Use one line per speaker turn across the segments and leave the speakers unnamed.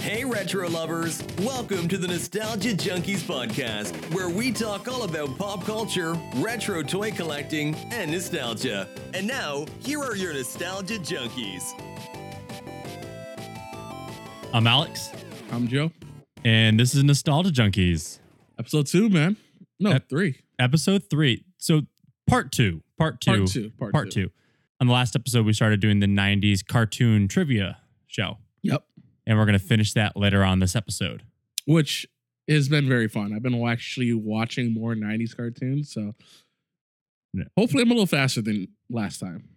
Hey, retro lovers! Welcome to the Nostalgia Junkies podcast, where we talk all about pop culture, retro toy collecting, and nostalgia. And now, here are your Nostalgia Junkies.
I'm Alex,
I'm Joe.
and this is Nostalgia Junkies,
Episode two, man. No,
Ep-
three.
episode three. So, part two, part two,
Part two.
part, two. On the last episode, we started doing the 90s cartoon trivia show,
Yep.
and we're going to finish that later on this episode.
Which has been very fun. I've been actually watching more 90s cartoons. So
Yeah.
hopefully I'm a little faster than last time.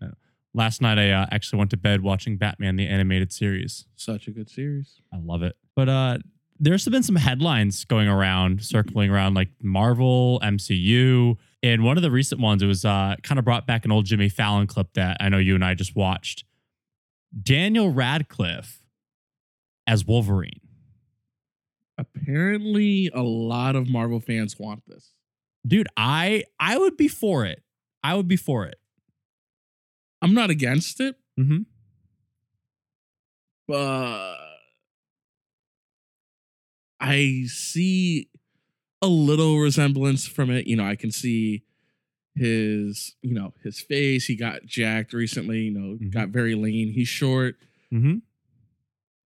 Last night, I uh, actually went to bed watching Batman the animated series.
Such a good series.
I love it. But uh, there's been some headlines going around, circling around like Marvel, MCU. And one of the recent ones, it was uh, kind of brought back an old Jimmy Fallon clip that I know you and I just watched. Daniel Radcliffe as Wolverine.
Apparently, a lot of Marvel fans want this.
Dude, I I would be for it. I would be for it.
I'm not against it,
Mm-hmm.
but I see a little resemblance from it. You know, I can see his, you know, his face. He got jacked recently, you know,
Mhm.
got very lean. He's short.
Mm-hmm.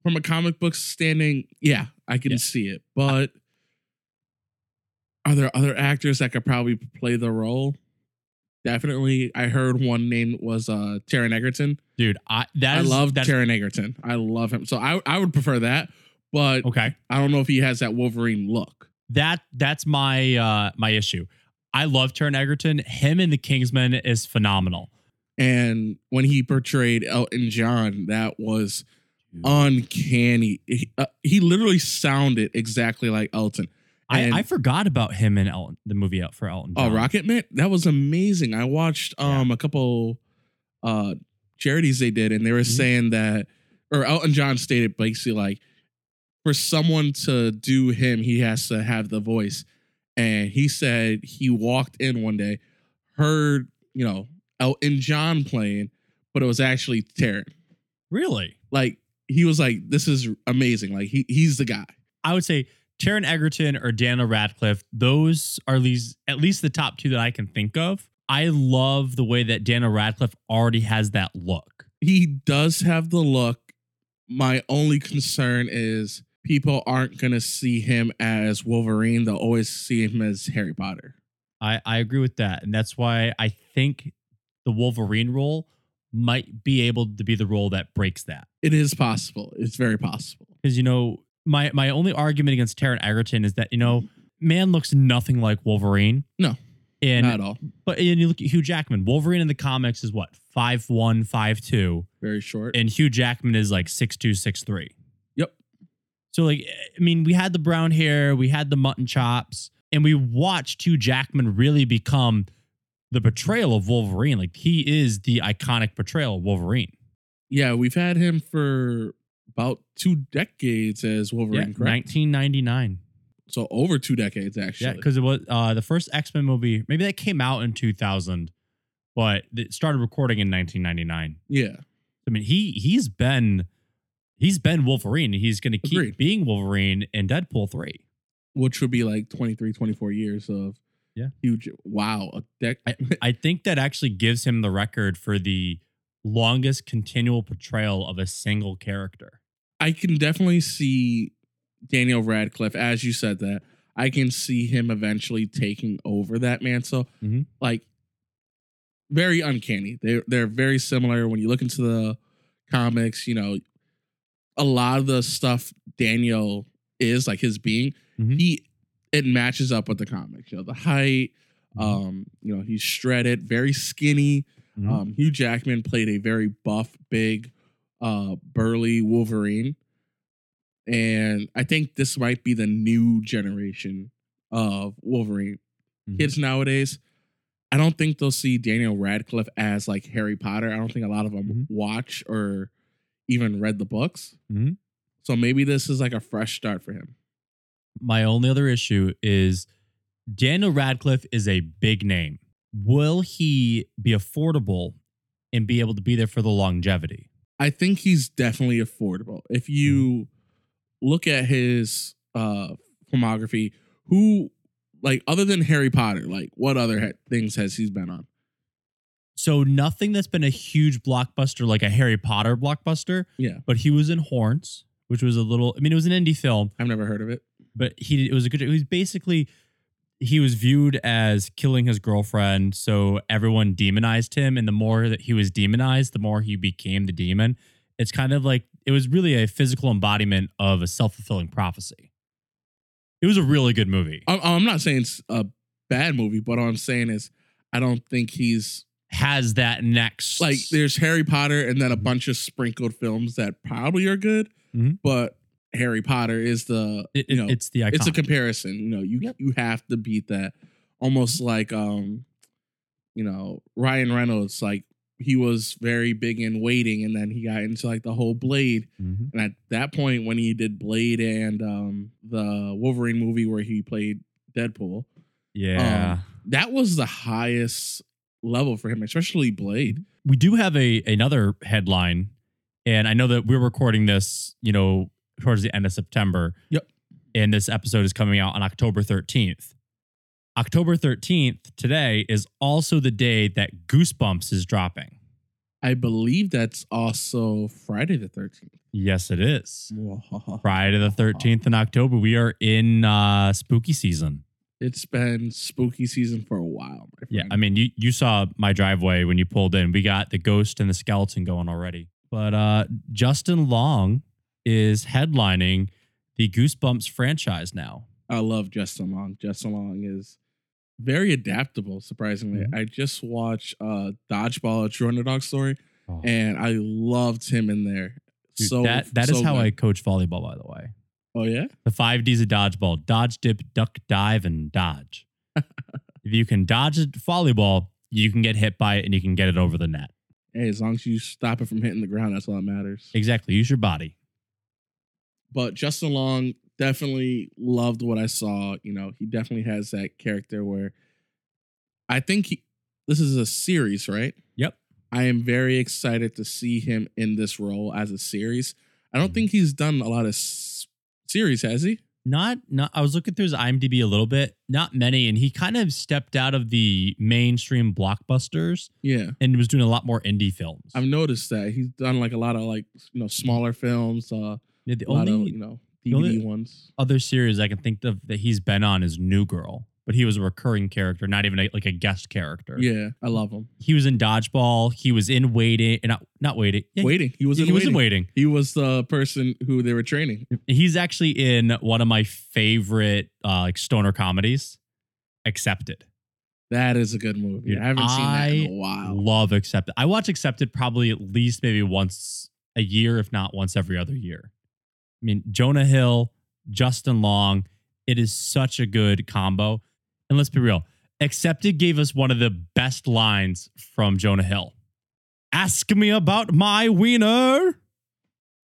From a comic book standing, yeah, I can
Yeah.
see it. But are there other actors that could probably play the role? Definitely. I heard one name was uh Taron Egerton.
Dude, I that
I
is-
love
that's
Taron Egerton. I love him. So I I would prefer that, but
okay.
I don't know if he has that Wolverine look.
that that's my uh my issue. I love Taron Egerton. Him in the Kingsman is phenomenal.
And when he portrayed Elton John, that was uncanny. He, uh, he literally sounded exactly like Elton.
I,
And-
I forgot about him in Elton, the movie out for Elton.
Oh,
John.
Rocket Man, that was amazing. I watched um a couple uh charities they did, and they were
Mhm.
saying that, or Elton John stated basically like, for someone to do him, he has to have the voice. And he said he walked in one day, heard you know Elton John playing, but it was actually Taryn.
Really?
Like he was like, this is amazing. Like he he's the guy.
I would say Taron Egerton or Daniel Radcliffe. Those are these at least the top two that I can think of. I love the way that Daniel Radcliffe already has that look.
he does have the look. My only concern is people aren't going to see him as Wolverine. They'll always see him as Harry Potter.
I, I agree with that. And that's why I think the Wolverine role might be able to be the role that breaks that.
It is possible. It's very possible.
because you know my my only argument against Taron Egerton is that you know man looks nothing like Wolverine.
No.
and
Not at all.
but and you look at Hugh Jackman. Wolverine in the comics is what five one five two,
Very short.
and Hugh Jackman is like six two six three.
Yep.
So like I mean we had the brown hair, we had the mutton chops, and we watched Hugh Jackman really become the portrayal of Wolverine. Like he is the iconic portrayal of Wolverine.
yeah, we've had him for about two decades as Wolverine, correct?
nineteen ninety nine.
So over two decades, actually.
Yeah, because it was uh, the first X Men movie. Maybe that came out in 2000, but it started recording in 1999.
Yeah.
I mean, he he's been he's been Wolverine. He's going to keep
Agreed.
being Wolverine in Deadpool three.
Which would be like 23, 24 years of
Yeah.
huge. Wow. A dec-
I think that actually gives him the record for the longest continual portrayal of a single character.
I can definitely see Daniel Radcliffe, as you said that, I can see him eventually taking over that mantle.
Mhm.
Like very uncanny. They're they're very similar. When you look into the comics, you know, a lot of the stuff Daniel is, like his being,
Mhm.
he it matches up with the comics. You know, the height, um, you know, he's shredded, very skinny.
Mhm.
Um, Hugh Jackman played a very buff, big, uh, burly Wolverine, and I think this might be the new generation of Wolverine
Mhm.
kids nowadays. I don't think they'll see Daniel Radcliffe as like Harry Potter. I don't think a lot of them
Mhm.
watch or even read the books.
Mhm.
So maybe this is like a fresh start for him.
My only other issue is Daniel Radcliffe is a big name. Will he be affordable and be able to be there for the longevity?
I think he's definitely affordable. If you look at his uh filmography, who like other than Harry Potter, like what other ha- things has he's been on?
So nothing that's been a huge blockbuster like a Harry Potter blockbuster.
Yeah.
But he was in Horns, which was a little. I mean, it was an indie film,
I've never heard of it.
but he it was a good. He was basically he was viewed as killing his girlfriend, so everyone demonized him, and the more that he was demonized, the more he became the demon. It's kind of like it was really a physical embodiment of a self fulfilling prophecy. It was a really good movie.
I'm, I'm not saying it's a bad movie, but all I'm saying is I don't think he's
Has that next
like there's Harry Potter and then a bunch of sprinkled films that probably are good,
Mhm.
but Harry Potter is the
It- it-
you know
it's the icon.
it's a comparison. You know, you you have to beat that. Almost like um, you know, Ryan Reynolds, like he was very big in waiting and then he got into like the whole Blade.
Mhm.
And at that point when he did Blade and um the Wolverine movie where he played Deadpool,
Yeah.
Um, that was the highest level for him, especially Blade.
we do have a another headline, and I know that we're recording this, you know, towards the end of September.
Yep.
And this episode is coming out on October 13th. October 13th today is also the day that Goosebumps is dropping.
I believe that's also Friday the 13th.
Yes, it is.
Wow.
Friday the 13th in October. We are in uh spooky season.
It's been spooky season for a while. My
Yeah,
friend.
I mean, you you saw my driveway when you pulled in. We got the ghost and the skeleton going already. But uh, Justin Long is headlining the Goosebumps franchise now.
I love Justin Long. Justin Long is very adaptable, surprisingly.
Mm-hmm.
I just watched uh Dodgeball a True Underdog story and I loved him in there.
Dude,
so
that that is
so
how
good.
I coach volleyball, by the way.
Oh yeah?
The five D's of dodgeball: dodge, dip, duck, dive, and dodge. if you can dodge a volleyball, you can get hit by it and you can get it over the net.
Hey, as long as you stop it from hitting the ground, that's all that matters.
Exactly. Use your body.
But Justin Long definitely loved what I saw. You know, he definitely has that character where I think he this is a series, right?
Yep.
I am very excited to see him in this role as a series. I
Mm-hmm.
don't think he's done a lot of s- series, has he?
not not i was looking through his imdb a little bit not many and he kind of stepped out of the mainstream blockbusters
Yeah.
and was doing a lot more indie films
I've noticed that he's done like a lot of like you know smaller films, uh,
Yeah, the
a lot
only
of you know
the
DVD
only-
ones.
other series i can think of that he's been on is new girl but he was a recurring character not even a, like a guest character
Yeah, I love him.
he was in dodgeball he was in waiting not not waiting Yeah,
Waiting, he was
he,
in
he was
waiting.
in waiting
He was the person who they were training.
he's actually in one of my favorite uh like stoner comedies accepted
That is a good movie.
Dude,
I haven't seen that in
I
a while.
love accepted i watch accepted probably at least maybe once a year if not once every other year i mean jonah hill justin long it is such a good combo and let's be real accepted gave us one of the best lines from jonah hill ask me about my wiener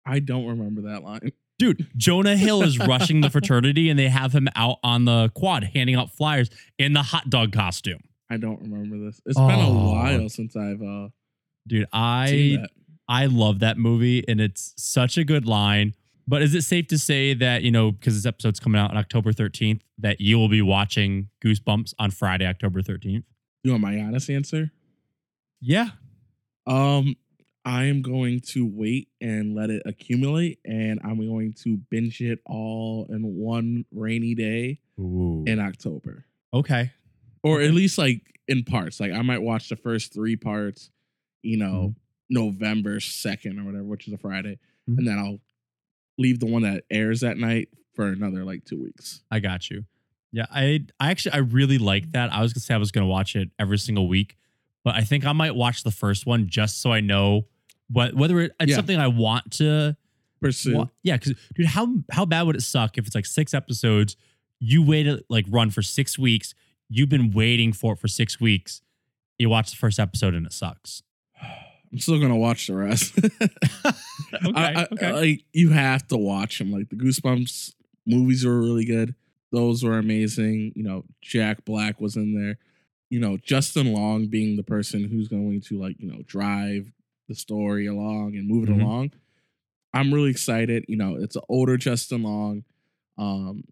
I don't remember that line.
Dude, Jonah Hill is rushing the fraternity and they have him out on the quad handing out flyers in the hot dog costume.
I don't remember this. It's been a
Oh.
while since I've uh,
Dude, I
seen that.
I love that movie and it's such a good line. But is it safe to say that, you know, because this episode's coming out on October 13th, that you will be watching Goosebumps on Friday, October 13th?
You want my honest answer?
Yeah.
Um, I am going to wait and let it accumulate, and I'm going to binge it all in one rainy day
Ooh.
in October,
okay.
or at least like in parts. Like I might watch the first three parts, you know, November second or whatever, which is a Friday,
Mhm.
and then I'll leave the one that airs that night for another like two weeks.
I got you. Yeah, I I actually I really like that. I was gonna say I was gonna watch it every single week, but I think I might watch the first one just so I know what whether it, it's
Yeah.
something I want to
Pursue.
Wha- yeah, because dude, how how bad would it suck if it's like six episodes? You waited like run for six weeks. You've been waiting for it for six weeks. You watch the first episode and it sucks.
I'm still gonna watch the rest.
Okay,
I- I-
uh,
like you have to watch them. Like the Goosebumps movies were really good. Those were amazing. You know, Jack Black was in there. You know, Justin Long being the person who's going to like you know drive the story along and move it
Mhm.
along. I'm really excited. You know, it's an older Justin Long. Um,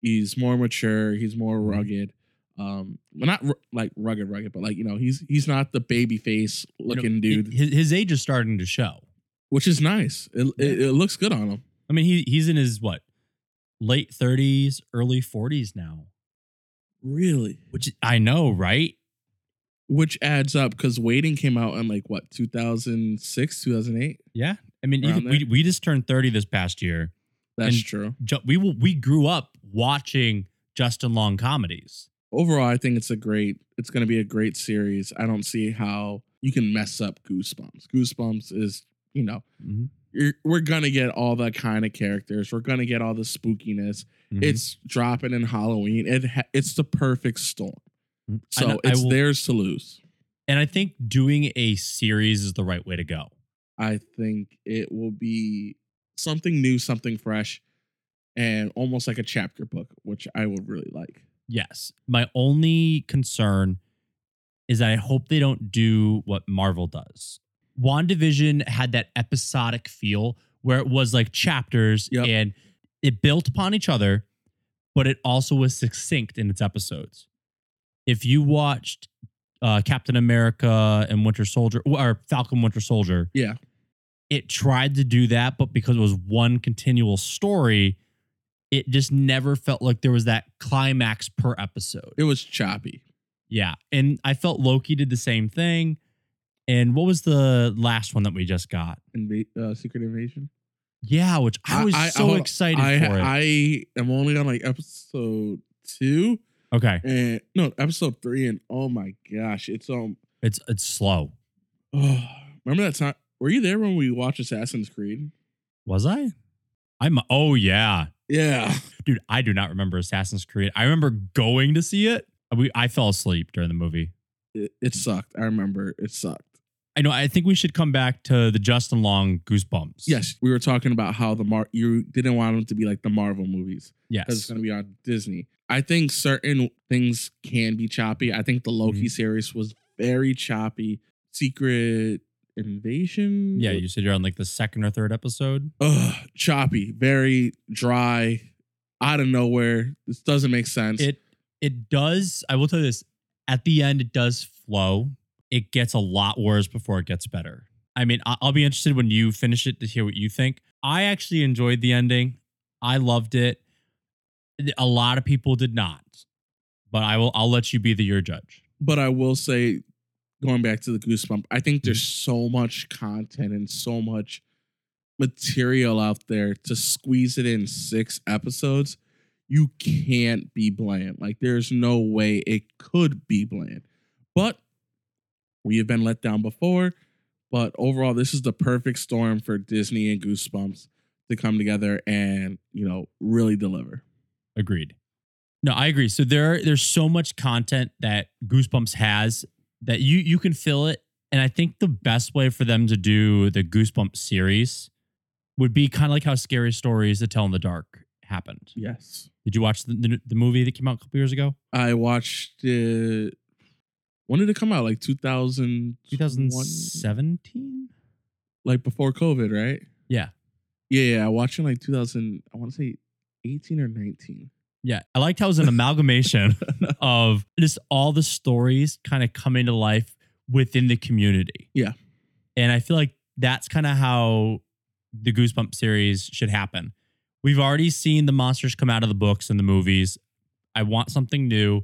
he's more mature. He's more
Mm-hmm.
rugged. Um, well, not ru- like rugged, rugged, but like you know, he's he's not the baby face
You know,
looking
he-
dude,
His, his age is starting to show.
which is nice. It, it, it looks good on him.
I mean, he he's in his what late 30s, early 40s now,
Really,
which I know, right?
which adds up because Waiting came out in like what 2006, 2008.
Yeah. I mean,
Around
even, we we just turned 30 this past year.
That's
And-
true.
Ju- We will, we grew up watching Justin Long comedies.
Overall, I think it's a great. It's going to be a great series. I don't see how you can mess up Goosebumps. Goosebumps is you know
Mhm.
you're, we're gonna get all the kind of characters. We're gonna get all the spookiness.
Mhm.
It's dropping in Halloween. It ha- it's the perfect storm.
Mm-hmm. I
So
know- I
it's
will-
theirs to lose.
and I think doing a series is the right way to go.
I think it will be something new, something fresh, and almost like a chapter book, which I would really like.
Yes. My only concern is that I hope they don't do what Marvel does. WandaVision had that episodic feel where it was like chapters
Yep.
and it built upon each other, but it also was succinct in its episodes. If you watched uh, Captain America and Winter Soldier or Falcon Winter Soldier,
Yeah.
it tried to do that, but because it was one continual story, it just never felt like there was that climax per episode.
It was choppy.
Yeah. And I felt Loki did the same thing. And what was the last one that we just got?
Inva- uh, Secret Invasion.
Yeah, which I
I-
was
I-
so
hold on.
excited
I
for it.
I am only on like episode two
okay.
and no episode three, and oh my gosh, it's um.
It's it's slow.
Oh, remember that time? Were you there when we watched Assassin's Creed?
Was I? I'm oh yeah.
Yeah.
Dude, I do not remember Assassin's Creed. I remember going to see it. We I fell asleep during the movie.
It, it sucked. I remember it sucked.
I know I think we should come back to the Justin Long goosebumps.
Yes, we were talking about how the Mar you didn't want them to be like the Marvel movies because it's
Yes.
going to be on Disney. I think certain things can be choppy. I think the Loki
Mm-hmm.
series was very choppy. Secret Invasion,
Yeah, you said you're on like the second or third episode.
Ugh, choppy, very dry, out of nowhere. This doesn't make sense.
It it does. I will tell you this: at the end, it does flow. It gets a lot worse before it gets better. I mean, I- I'll be interested when you finish it to hear what you think. I actually enjoyed the ending. I loved it. A lot of people did not, but I will. I'll let you be the your judge.
but I will say, going back to the goosebump, I think there's so much content and so much material out there to squeeze it in six episodes. You can't be bland. Like there's no way it could be bland. But we have been let down before. But overall, this is the perfect storm for Disney and Goosebumps to come together and you know really deliver.
Agreed. No, I agree. So there, there's so much content that Goosebumps has that you you can fill it, and I think the best way for them to do the Goosebumps series would be kind of like how Scary Stories to Tell in the Dark happened.
Yes,
Did you watch the, the, the movie that came out a couple years ago?
I watched it. When did it come out? Like 2000,
2017.
like before COVID, right?
Yeah.
Yeah, yeah. I watched it in like 2000, I want to say 18 or 19.
Yeah, I liked how it was an amalgamation of just all the stories kind of coming to life within the community.
Yeah.
And I feel like that's kind of how the Goosebump series should happen. We've already seen the monsters come out of the books and the movies. I want something new,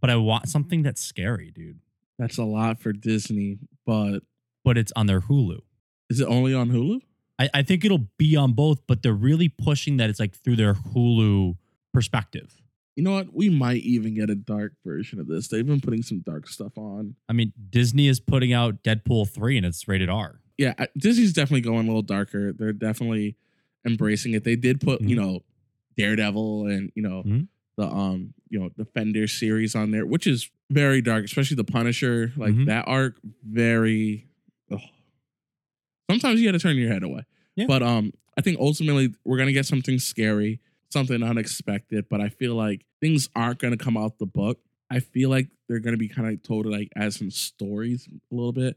but I want something that's scary, dude.
That's a lot for Disney, but
But it's on their Hulu.
is it only on Hulu?
I, I think it'll be on both, but they're really pushing that it's like through their Hulu perspective.
You know what? We might even get a dark version of this. They've been putting some dark stuff on.
I mean, Disney is putting out Deadpool 3 and it's rated R.
Yeah, I- Disney's definitely going a little darker. They're definitely embracing it. They did put, you know, Daredevil and, you know,
Mhm.
the um, you know, Defender series on there, which is very dark, especially the Punisher, like
Mhm.
that arc, very ugh. sometimes you gotta turn your head away.
Yeah.
But um, I think ultimately we're gonna get something scary, something unexpected. But I feel like things aren't gonna come out the book. I feel like they're gonna be kind of told like as some stories a little bit,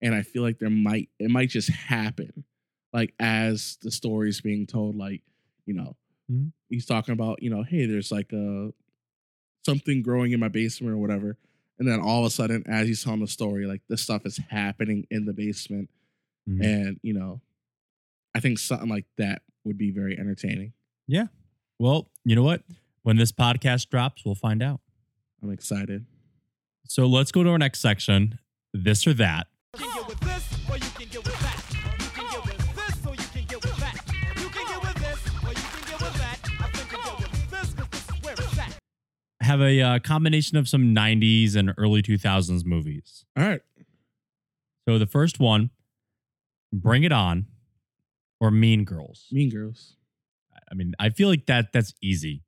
and I feel like there might it might just happen. like as the story's being told like you know
Mhm.
he's talking about you know hey there's like a something growing in my basement or whatever and then all of a sudden as he's telling the story like this stuff is happening in the basement
Mhm.
and you know i think something like that would be very entertaining
Well, you know what? When this podcast drops, we'll find out.
i'm excited
So let's go to our next section this or that.
You can get with this, or you can get with that. You can get with this, or you can get with that. You can get with this, or you can get with that. I think you get with this, cause this is where it's at.
Have a uh, combination of some 90s and early 2000s movies.
all right
So the first one, Bring It On or Mean Girls.
mean girls
I mean, I feel like that that's easy.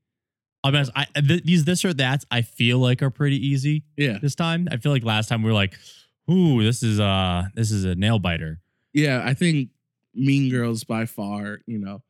I'll be honest, I, th- these this or that's I feel like are pretty easy
yeah
this time. I feel like last time we were like, ooh, this is uh this is a nail biter.
yeah i think mean girls by far you know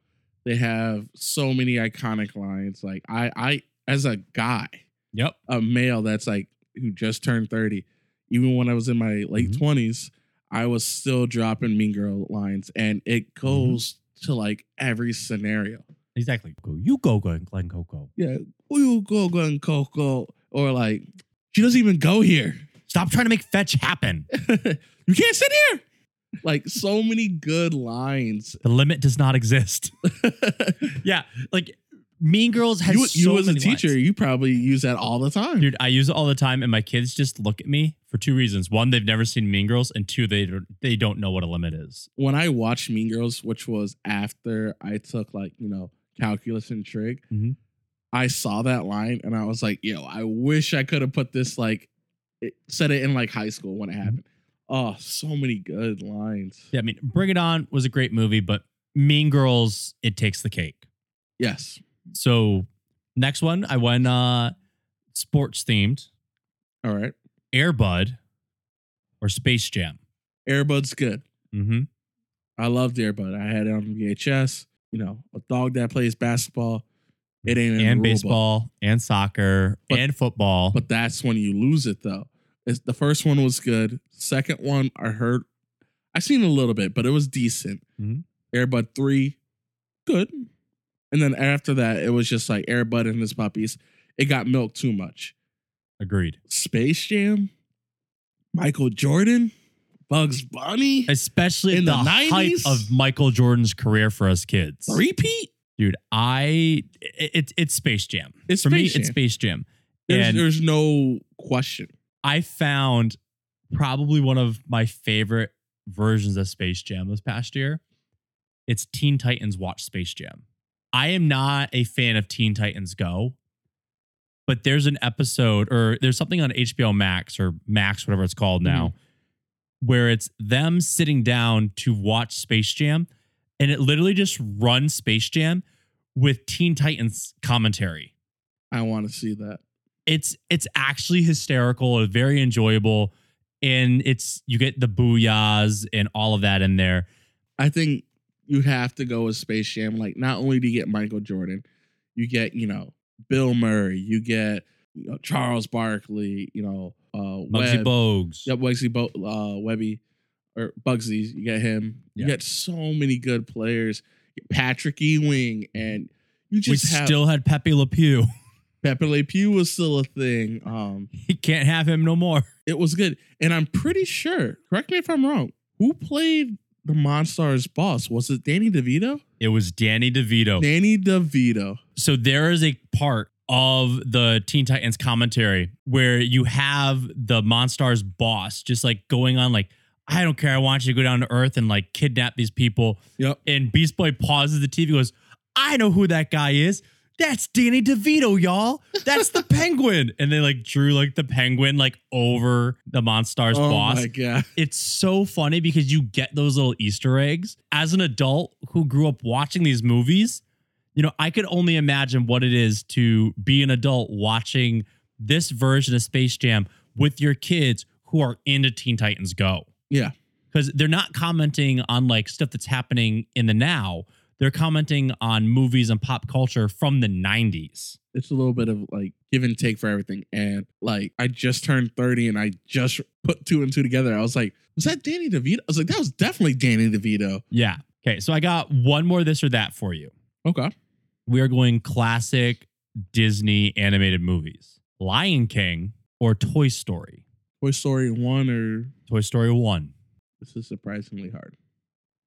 they have so many iconic lines like i i as a guy
Yep.
a male that's like who just turned 30 even when i was in my late
Mhm.
20s i was still dropping mean girl lines and it goes to like every scenario
Exactly. Go, you go, Glenn, Glenn Coco.
yeah you go Glen coco or like she doesn't even go here
Stop trying to make fetch happen.
you can't sit here like so many good lines
The limit does not exist. yeah. Like Mean Girls has
you, you
so
as a
many
teacher
lines.
you probably use that all the time
Dude, I use it all the time, and my kids just look at me for two reasons: one, they've never seen Mean Girls, and two, they don't, they don't know what a limit is.
when I watched Mean Girls, which was after I took like you know calculus and trig,
Mhm.
I saw that line and I was like, yo, I wish I could have put this like it, said it in like high school when it
Mm-hmm.
happened. Oh, so many good lines.
Yeah, I mean, Bring It On was a great movie, but Mean Girls, it takes the cake.
Yes.
So next one, I went uh sports themed,
All right.
Airbud or Space Jam.
Airbud's good.
Mm-hmm.
I loved Airbud. I had it on VHS. You know, a dog that plays basketball, it ain't in the rule
And
book.
baseball and soccer
But-
and football.
But that's when you lose it though. It's, the first one was good. Second one, I heard, I seen a little bit, but it was decent.
Mhm.
Airbud three, good. And then after that, it was just like Airbud and his puppies. It got milked too much.
Agreed.
Space Jam, Michael Jordan, Bugs Bunny,
Especially
In
the,
the
height
90s?
of Michael Jordan's career for us kids.
repeat.
Dude, I it, it- it's Space Jam.
It's
for me,
Space
it's
Jam.
Space Jam.
There's,
And-
there's no question.
I found probably one of my favorite versions of Space Jam this past year. It's Teen Titans Watch Space Jam. I am not a fan of Teen Titans Go, but there's an episode or there's something on HBO Max or Max, whatever it's called now, where it's them sitting down to watch Space Jam and it literally just runs Space Jam with Teen Titans commentary
I want to see that.
it's it's actually hysterical and very enjoyable and it's you get the booyahs and all of that in there
I think you have to go with Space Jam. Like, not only do you get Michael Jordan, you get, you know, Bill Murray, you get you know, Charles Barkley, you know, uh,
Muggsy
Webb,
Bogues
yep, Wesley Bo- uh, Webby, or Bugsy, you get him. You
Yeah.
get so many good players. Patrick Ewing, and you
we
just have
still had Pepe Le Pew
Pepe Le Pew was still a thing. Um,
you can't have him no more
it was good, and I'm pretty sure. Correct me if I'm wrong. Who played the Monstars boss? Was it Danny DeVito?
it was Danny DeVito
Danny DeVito.
so there is a part of the Teen Titans commentary where you have the Monstar's boss just like going on like I don't care I want you to go down to earth and like kidnap these people
Yep.
and Beast Boy pauses the TV and goes, I know who that guy is. That's Danny DeVito, y'all. That's the penguin. And they like drew like the penguin like over the Monstar's boss.
Oh my god.
It's so funny because you get those little Easter eggs. As an adult who grew up watching these movies, you know, I could only imagine what it is to be an adult watching this version of Space Jam with your kids who are into Teen Titans Go.
Yeah.
Because they're not commenting on like stuff that's happening in the now. They're commenting on movies and pop culture from the 90s.
It's a little bit of like give and take for everything. And like I just turned 30 and I just put two and two together. I was like, was that Danny DeVito? I was like, that was definitely Danny DeVito.
Yeah. Okay, so I got one more this or that for you.
Okay.
We are going classic Disney animated movies Lion King or Toy Story?
Toy Story one or
Toy Story 1.
this is surprisingly hard.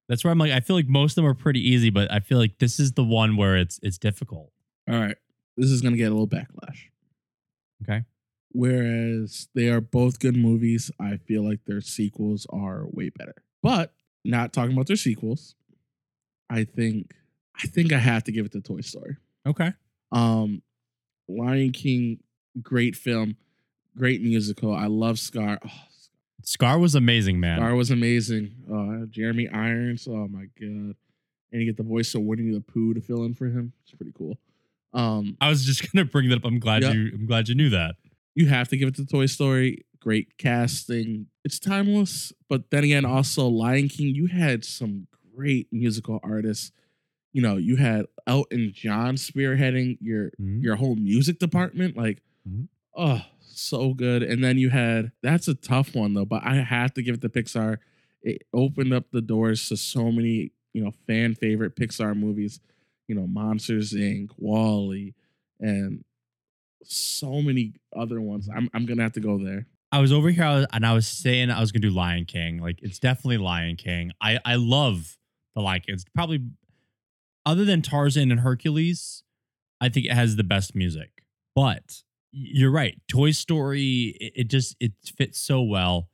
That's where I'm like, I feel like most of them are pretty easy, but I feel like this is the one where it's it's difficult.
All right. This is gonna get a little backlash.
Okay.
Whereas they are both good movies, I feel like their sequels are way better. But not talking about their sequels, I think I think I have to give it to Toy Story.
Okay.
Um, Lion King, great film, great musical. I love Scar. Oh,
Scar was amazing, man.
Scar was amazing. Uh, Jeremy Irons. Oh my god! And you get the voice of Winnie the Pooh to fill in for him. It's pretty cool. Um,
I was just gonna bring that up. I'm glad
Yeah.
you I'm glad you knew that.
you have to give it to Toy Story. Great casting. It's timeless. But then again, also Lion King, you had some great musical artists. You know, you had Elton John spearheading your
Mhm.
your whole music department. Like,
Mhm.
oh, so good. And then you had that's a tough one though, but I have to give it to Pixar. It opened up the doors to so many, you know, fan favorite Pixar movies, you know, Monsters Inc., Wally, and so many other ones. I'm I'm gonna have to go there.
I was over here I was- and I was saying I was gonna do Lion King. Like it's definitely Lion King. I I love the Lion King. It's probably other than Tarzan and Hercules, I think it has the best music. But you're right, Toy Story. It, it just it fits so well.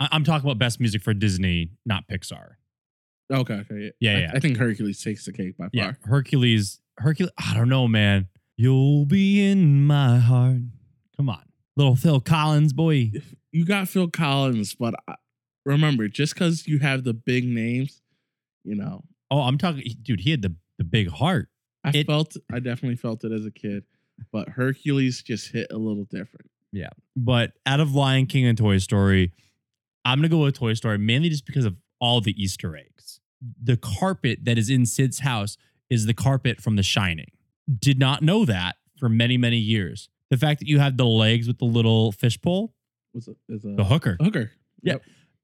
I, I'm talking about best music for Disney, not Pixar.
Okay, okay.
Yeah,
I,
yeah.
I think Hercules takes the cake by far.
Yeah, Hercules. Hercules. I don't know, man. You'll be in my heart. Come on, little Phil Collins boy.
You got Phil Collins, but I, remember, just because you have the big names, you know,
Oh, I'm talking, dude. He had the the big heart.
I
It-
felt I definitely felt it as a kid, but Hercules just hit a little different.
But out of Lion King and Toy Story, I'm gonna go with Toy Story mainly just because of all the Easter eggs. The carpet that is in Sid's house is the carpet from The Shining. Did not know that for many many years. The fact that you have the legs with the little fishbowl,
Was it is a
the hooker.
hooker?
Yeah.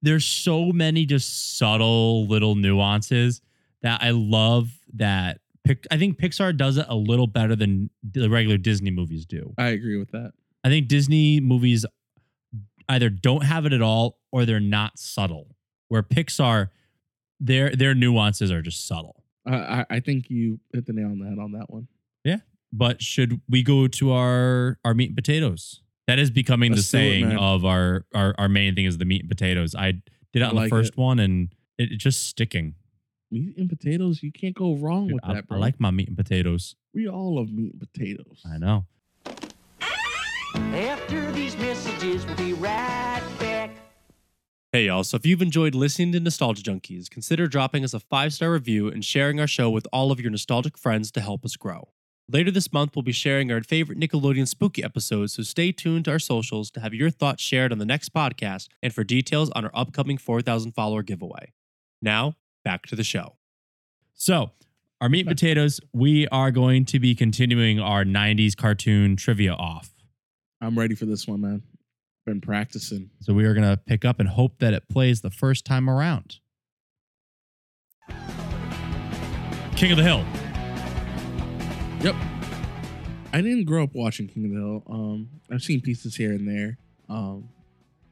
there's so many just subtle little nuances that I love that Pic- I think Pixar does it a little better than the regular Disney movies do.
I agree with that.
I think Disney movies either don't have it at all or they're not subtle. Where Pixar their their nuances are just subtle.
I, I I think you hit the nail on the head on that one.
But should we go to our our meat and potatoes? That is becoming
Let's
the
do it,
saying
man.
of our, our our main thing is the meat and potatoes. I did it
I
on
like
the first one and it, it's just sticking.
Meat and potatoes, you can't go wrong
Dude,
with
I,
that,
I
bro.
like my meat and potatoes.
we all love meat and potatoes.
I know.
After these messages, we'll be right back.
Hey, y'all. So if you've enjoyed listening to Nostalgia Junkies, consider dropping us a five star review and sharing our show with all of your nostalgic friends to help us grow. Later this month, we'll be sharing our favorite Nickelodeon spooky episodes, so stay tuned to our socials to have your thoughts shared on the next podcast and for details on our upcoming 4,000 follower giveaway. Now, back to the show.
So, our meat and potatoes, we are going to be continuing our 90s cartoon trivia off.
I'm ready for this one, man. Been practicing.
So, we are going to pick up and hope that it plays the first time around. King of the Hill.
Yep. I didn't grow up watching King of the Hill. Um, I've seen pieces here and there. Um,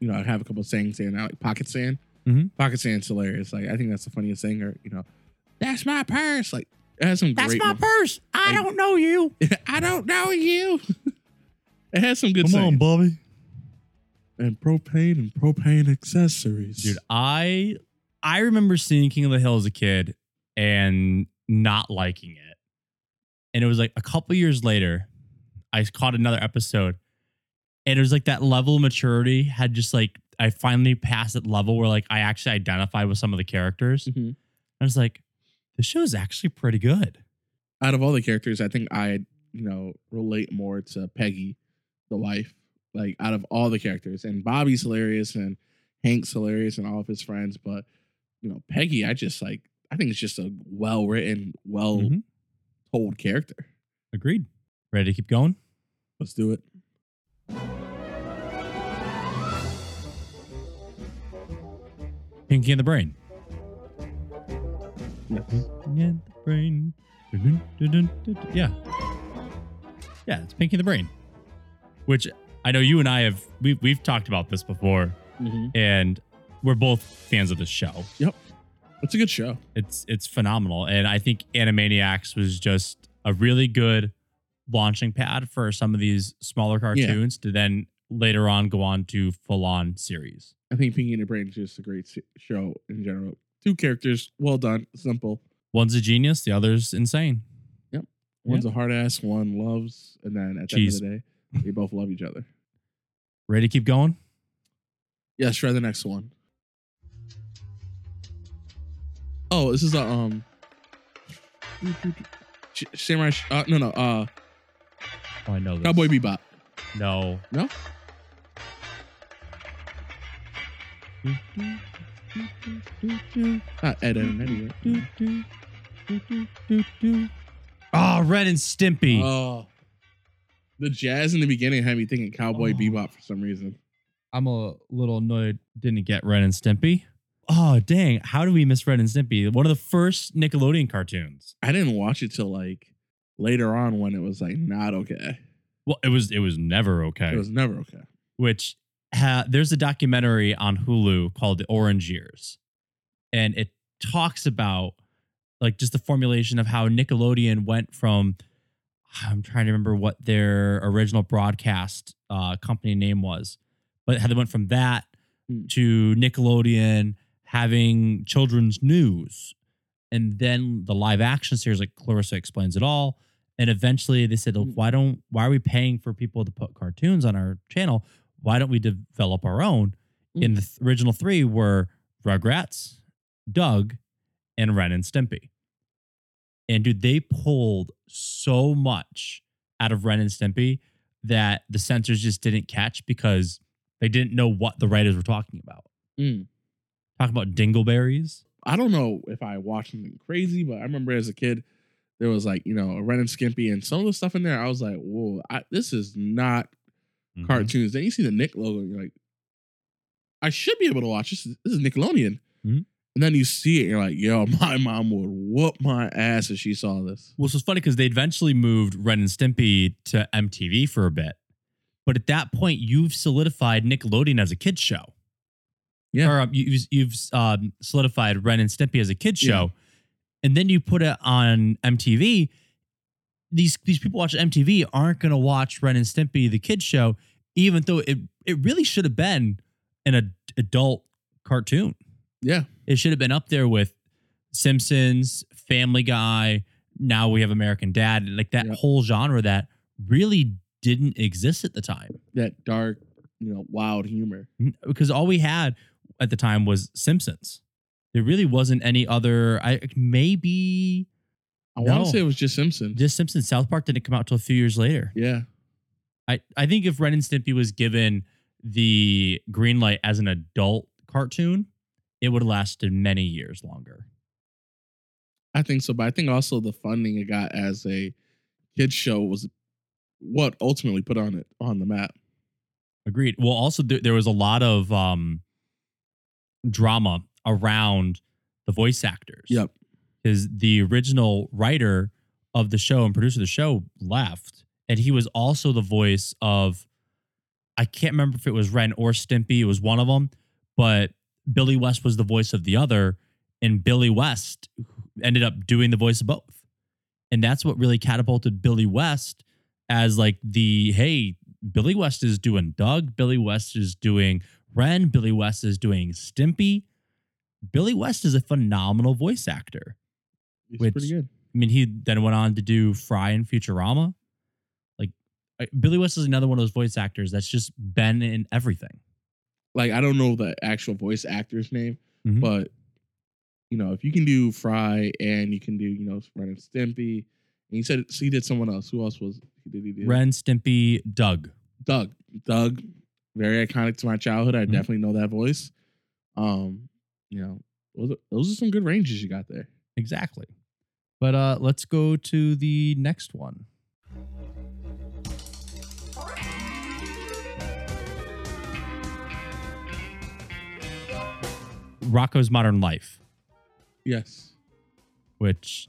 you know, I have a couple of sayings there now, like pocket sand.
Mhm.
Pocket sand's hilarious. Like I think that's the funniest thing. Or you know, that's my purse. Like it has some. great ones.
purse. I
don't
know you.
I don't know you. it has some good.
Come on,
sayings.
Bobby.
and propane and propane accessories.
Dude, I I remember seeing King of the Hill as a kid and not liking it. And it was like a couple years later, I caught another episode. And it was like that level of maturity had just like I finally passed that level where like I actually identify with some of the characters.
Mhm.
I was like, this show is actually pretty good.
out of all the characters, I think I you know relate more to Peggy, the wife. Like out of all the characters, and Bobby's hilarious, and Hank's hilarious, and all of his friends. But you know, Peggy, I just like. I think it's just a well written, well
Mhm.
told character.
Agreed. Ready to keep going?
Let's do it.
Pinky and the Brain. Yeah, the brain. Dun, dun, dun, dun, dun. Yeah. Yeah, it's Pinky the Brain. Which I know you and I have we we've talked about this before Mm-hmm. and we're both fans of the show.
It's a good show.
It's it's phenomenal and I think Animaniacs was just a really good launching pad for some of these smaller cartoons to then later on go on to full-on series.
I think Pinky and the Brain is just a great se- show in general. Two characters, well done, simple.
One's a genius, the other's insane.
One's a hard ass, one loves, and then at the end of the day, they both love each other.
Ready to keep going?
Yes, try the next one. Oh, this is a um Sh- Samurai Sh- uh, no no uh
Oh, I know this.
Cowboy Bebop.
No.
No? Not Ed, Ed and Eddie. right?
Oh, Ren and Stimpy.
Oh. The jazz in the beginning had me thinking Cowboy
Oh.
Bebop for some reason.
I'm a little annoyed didn't get Ren and Stimpy. Oh, dang. How do we miss Ren and Stimpy? One of the first Nickelodeon cartoons.
I didn't watch it till like later on when it was like not okay.
Well, it was it was never okay.
It was never okay.
which ha- there's a documentary on Hulu called The Orange Years, and it talks about like just the formulation of how Nickelodeon went from I'm trying to remember what their original broadcast uh, company name was, but how they went from that
Hmm.
to Nickelodeon having children's news, and then the live action series like Clarissa explains it all. And eventually they said, "Look,
Hmm.
why don't why are we paying for people to put cartoons on our channel? Why don't we develop our own? And the th- original three were Rugrats, Doug, and Ren and Stimpy. And dude, they pulled so much out of Ren and Stimpy that the censors just didn't catch because they didn't know what the writers were talking about.
Mm.
Talking about dingleberries.
I don't know if I watched something crazy, but I remember as a kid, there was like, you know, a Ren and Skimpy and some of the stuff in there. I was like, whoa, I, this is not
Mm-hmm.
cartoons. Then you see the Nick logo, and you're like, I should be able to watch this. This is Nickelodeon.
Mhm.
And then you see it, and you're like, yo, my mom would whoop my ass if she saw this.
Which was funny because they eventually moved Ren and Stimpy to MTV for a bit. But at that point, you've solidified Nickelodeon as a kid's show.
Yeah.
Or um, you, you've, you've um, solidified Ren and Stimpy as a kid's
Yeah.
show. And then you put it on MTV. These, these people watching MTV aren't going to watch Ren and Stimpy, the kid's show, even though it, it really should have been an ad- adult cartoon.
Yeah.
It should have been up there with Simpsons, Family Guy. Now we have American Dad, like that
Yeah.
whole genre that really didn't exist at the time
That dark, you know, wild humor.
because all we had at the time was Simpsons. There really wasn't any other. I maybe
I want
No.
to say it was just Simpsons.
just Simpsons. South Park didn't come out till a few years later.
yeah.
I I think if Ren and Stimpy was given the green light as an adult cartoon, it would have lasted many years longer.
I think so, but I think also the funding it got as a kids show was what ultimately put on it on the map.
Agreed. Well, also there, there was a lot of um drama around the voice actors.
Yep.
Because the original writer of the show and producer of the show left, and he was also the voice of I can't remember if it was Ren or Stimpy. It was one of them, but Billy West was the voice of the other, and Billy West ended up doing the voice of both, and that's what really catapulted Billy West as like the hey Billy West is doing Doug. Billy West is doing Ren. Billy West is doing Stimpy. Billy West is a phenomenal voice actor.
It's
Which-
pretty good.
I mean, he then went on to do Fry and Futurama. Like, I- Billy West is another one of those voice actors that's just been in everything.
Like I don't know the actual voice actor's name,
Mhm.
but you know, if you can do Fry and you can do, you know, Ren and Stimpy, and you said so he did someone else. Who else was he did he do?
Ren, Stimpy, Doug.
Doug. Doug, very iconic to my childhood. I
Mhm.
definitely know that voice. Um, you know, those are, those are some good ranges you got there.
Exactly. But uh, let's go to the next one. Rocco's Modern Life.
Yes.
which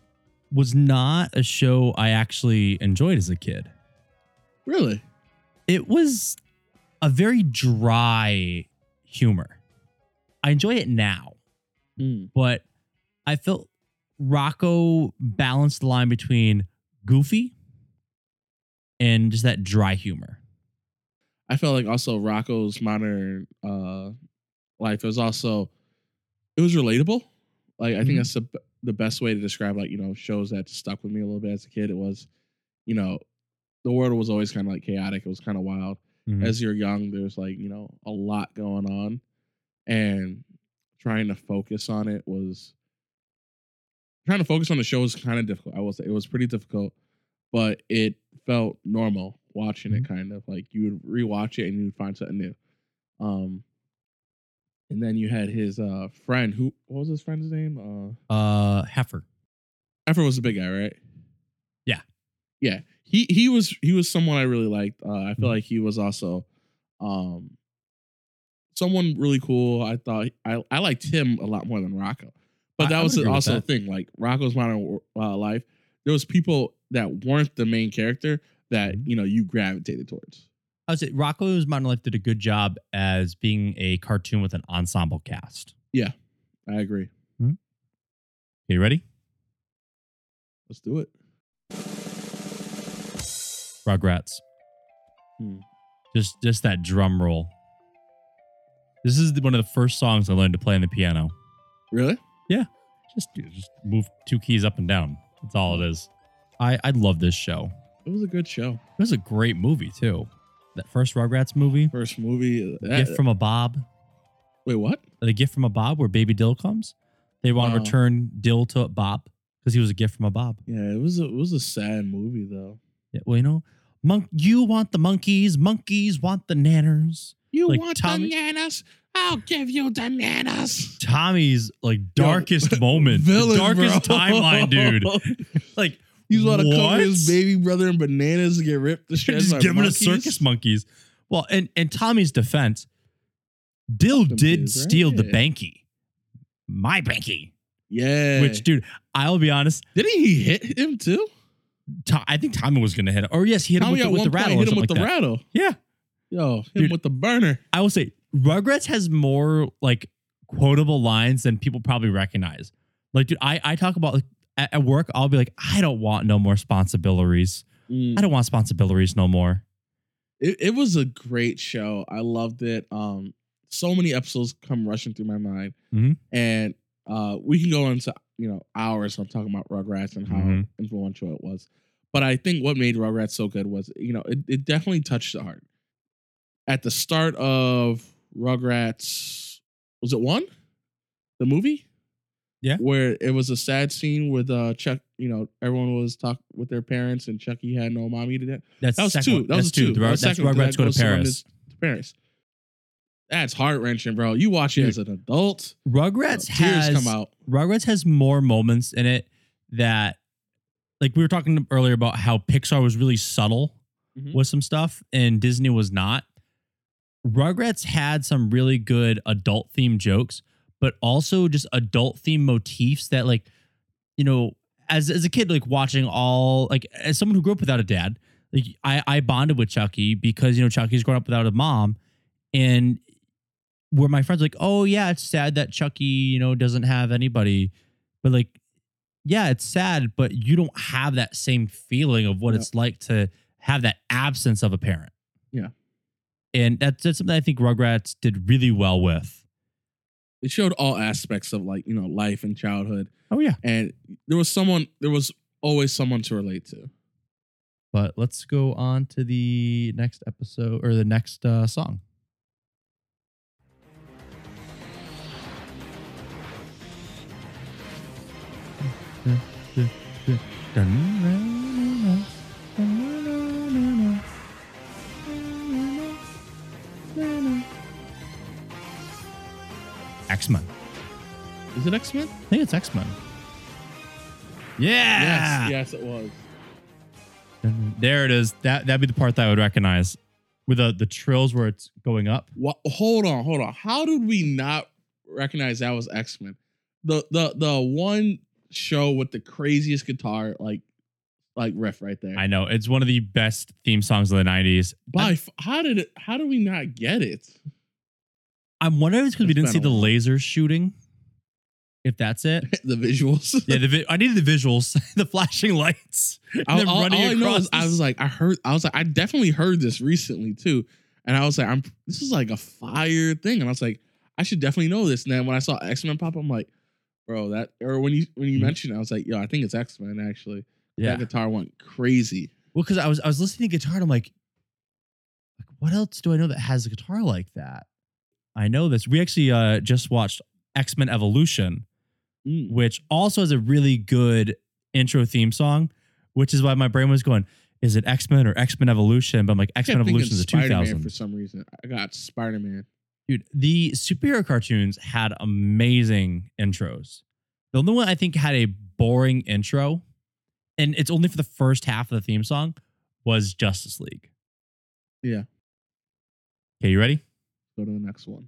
was not a show I actually enjoyed as a kid.
Really?
It was a very dry humor. I enjoy it now, but I felt Rocco balanced the line between goofy and just that dry humor.
I felt like also Rocco's modern uh, life was also it was relatable. Like I think that's the, the best way to describe like you know shows that stuck with me a little bit as a kid. It was, you know, the world was always kind of like chaotic. It was kind of wild.
Mhm.
As you're young, there's like you know a lot going on, and trying to focus on it was trying to focus on the show was kind of difficult. I was it was pretty difficult, but it felt normal watching it. Kind of like you would rewatch it and you'd find something new. Um, and then you had his uh friend who what was his friend's name? Uh,
Uh, Heifer.
Effort was the big guy, right?
Yeah.
Yeah. He he was he was someone I really liked. Uh,
Mm-hmm.
I feel like he was also um someone really cool. I thought I I liked him a lot more than Rocco. But
I-
that
I
was
would agree with
also
that.
the thing. Like Rocco's modern uh, life, there was people that weren't the main character that
Mm-hmm.
you know you gravitated towards.
I would say Rocco's Modern Life did a good job as being a cartoon with an ensemble cast.
I agree.
you ready?
Let's do it.
Rugrats.
Hmm.
Just just that drum roll. This is the, one of the first songs I learned to play on the piano.
Really?
Just just move two keys up and down. That's all it is. I I love this show.
It was a good show.
It was a great movie too. That first Rugrats movie,
First movie. uh, that-
Gift from a Bob,
wait, what?
the Gift from a Bob, where Baby Dill comes. They want
Wow.
to return Dill to Bob because he was a gift from a Bob.
Yeah, it was a, it was a sad movie though.
Yeah, well, you know, monk, you want the monkeys, monkeys want the nanners.
You
Like
want
Tommy-
bananas? I'll give you bananas.
Tommy's like darkest moment,
Villain,
the darkest
bro.
timeline, dude. Like
He's about to cover
What?
his baby brother in bananas to get ripped to shreds.
just
by
giving us
monkeys.
circus monkeys. Well, and and Tommy's defense, Dill
Fuck them
did
dudes,
steal the
right?
banky, my banky.
Yeah.
Which, dude, I'll be honest,
didn't he hit him too?
To- I think Tommy was gonna hit. Or yes, he hit
Tommy
him
at
with, the- with the
one point
rattle. or
hit him
something
with
like
the
that.
rattle.
Yeah,
Yo, hit him
Dude.
with the burner.
I will say Rugrats has more like quotable lines than people probably recognize. Like, dude, I, I talk about like at, at work, I'll be like, I don't want no more responsibilities.
Mm.
I don't want responsibilities no more.
It, it was a great show. I loved it. Um, so many episodes come rushing through my mind,
Mhm.
and uh, we can go into you know hours of talking about Rugrats and how
Mhm.
influential it was. But I think what made Rugrats so good was you know it, it definitely touched the heart. At the start of Rugrats, was it one, the movie?
Yeah.
where it was a sad scene with uh Chuck. You know, everyone was talk with their parents, and Chucky had no mommy today.
That's
That was
second
two.
one.
That was
That's two.
two.
The
That
Rug-
was
that's
second one, 'cause
Rugrats
that
go
goes
to
to one
Paris.
to Paris. That's heart wrenching, bro. You watch it
Dude.
as an adult.
Rugrats
uh,
has
tears come out.
Rugrats has more moments in it that, like we were talking earlier about how Pixar was really subtle
Mhm.
with some stuff and Disney was not. Rugrats had some really good adult themed jokes, but also just adult themed motifs that, like, you know, as as a kid, like watching all like as someone who grew up without a dad, like I I bonded with Chucky because you know Chucky's grown up without a mom, and where my friends like, oh yeah, it's sad that Chucky you know doesn't have anybody, but like, yeah, it's sad, but you don't have that same feeling of what
No.
it's like to have that absence of a parent.
Yeah.
and that's that's something I think Rugrats did really well with.
It showed all aspects of like you know life and childhood,
Oh yeah,
and there was someone. There was always someone to relate to.
but let's go on to the next episode or the next uh, song. X Men.
Is it X Men?
I think it's X Men. Yeah. Ah.
Yes, yes, it was.
There it is. That that'd be the part that I would recognize. With the the trills where it's going up.
What? Hold on, hold on. How did we not recognize that was X Men? The the the one show with the craziest guitar like like riff right there.
I know it's one of the best theme songs of the '90s.
By f- how did it? How do we not get it?
I'm wondering if it's because we
It's
didn't see
been a
the lasers shooting. If that's it,
The visuals.
yeah. The vi- I needed the visuals, the flashing lights.
all,
them
all-
running
all I know
across
is I
this-
was like, I heard. I was like, I definitely heard this recently too, and I was like, I'm. This is like a fire thing, and I was like, I should definitely know this. And then when I saw X Men pop, I'm like, bro, that. Or when you when you
Mhm.
mentioned, it, I was like, yo, I think it's X Men actually.
Yeah.
That guitar went crazy.
Well, because I was I was listening to guitar and I'm like, like, what else do I know that has a guitar like that? I know this. We actually uh, just watched X Men Evolution,
Mm.
which also has a really good intro theme song, which is why my brain was going, is it X Men or X Men Evolution? But I'm like, X Men
Kept thinking
Evolution is a
Spider-Man for
2000.
some reason. I got Spider Man.
Dude, the superhero cartoons had amazing intros. The only one I think had a boring intro, and it's only for the first half of the theme song, was Justice League.
Yeah.
Okay, you ready?
Go to the next one.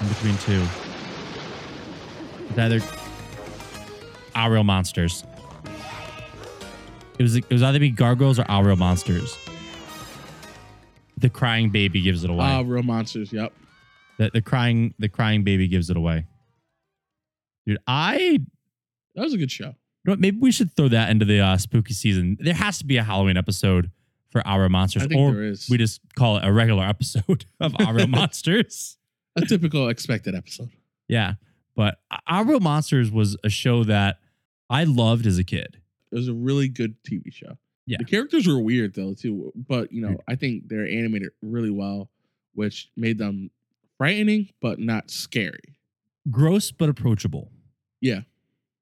In between two. It's either Our Real Monsters. It was it was either be Gargoyles or Our Real Monsters. The crying baby gives it away.
Ah, real monsters. Yep.
the, the crying the crying baby gives it away. Dude, I
That was a good show.
You know what, maybe we should throw that into the uh, spooky season. There has to be a Halloween episode for Our Real Monsters,
I think
or
there is.
we just call it a regular episode of Our Real Monsters.
a typical expected episode.
Yeah, but Our Real Monsters was a show that I loved as a kid.
It was a really good TV show.
Yeah.
The characters were weird though too, but you know I think they're animated really well, which made them frightening but not scary.
Gross but approachable.
Yeah.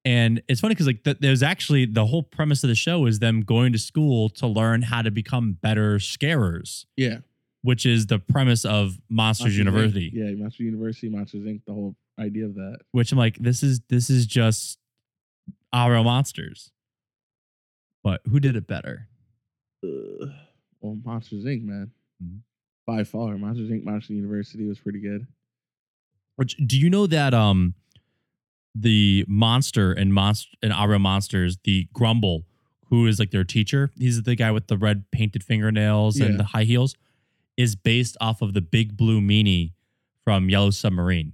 And it's funny because like th- there's actually the whole premise of the show is them going to school to learn how to become better scarers,
Yeah.
which is the premise of Monsters
Monsters, Inc.
University.
Yeah, Monsters University, Monsters Inc. The whole idea of that.
which I'm like, this is this is just our real monsters. But who did it better?
Ugh. Well, Monsters Inc. Man,
Mhm.
by far, Monsters Inc. Monsters University was pretty good.
Which do you know that um the monster and monster and our real monsters, the Grumble, who is like their teacher, he's the guy with the red painted fingernails
Yeah.
and the high heels, is based off of the Big Blue Meanie from Yellow Submarine.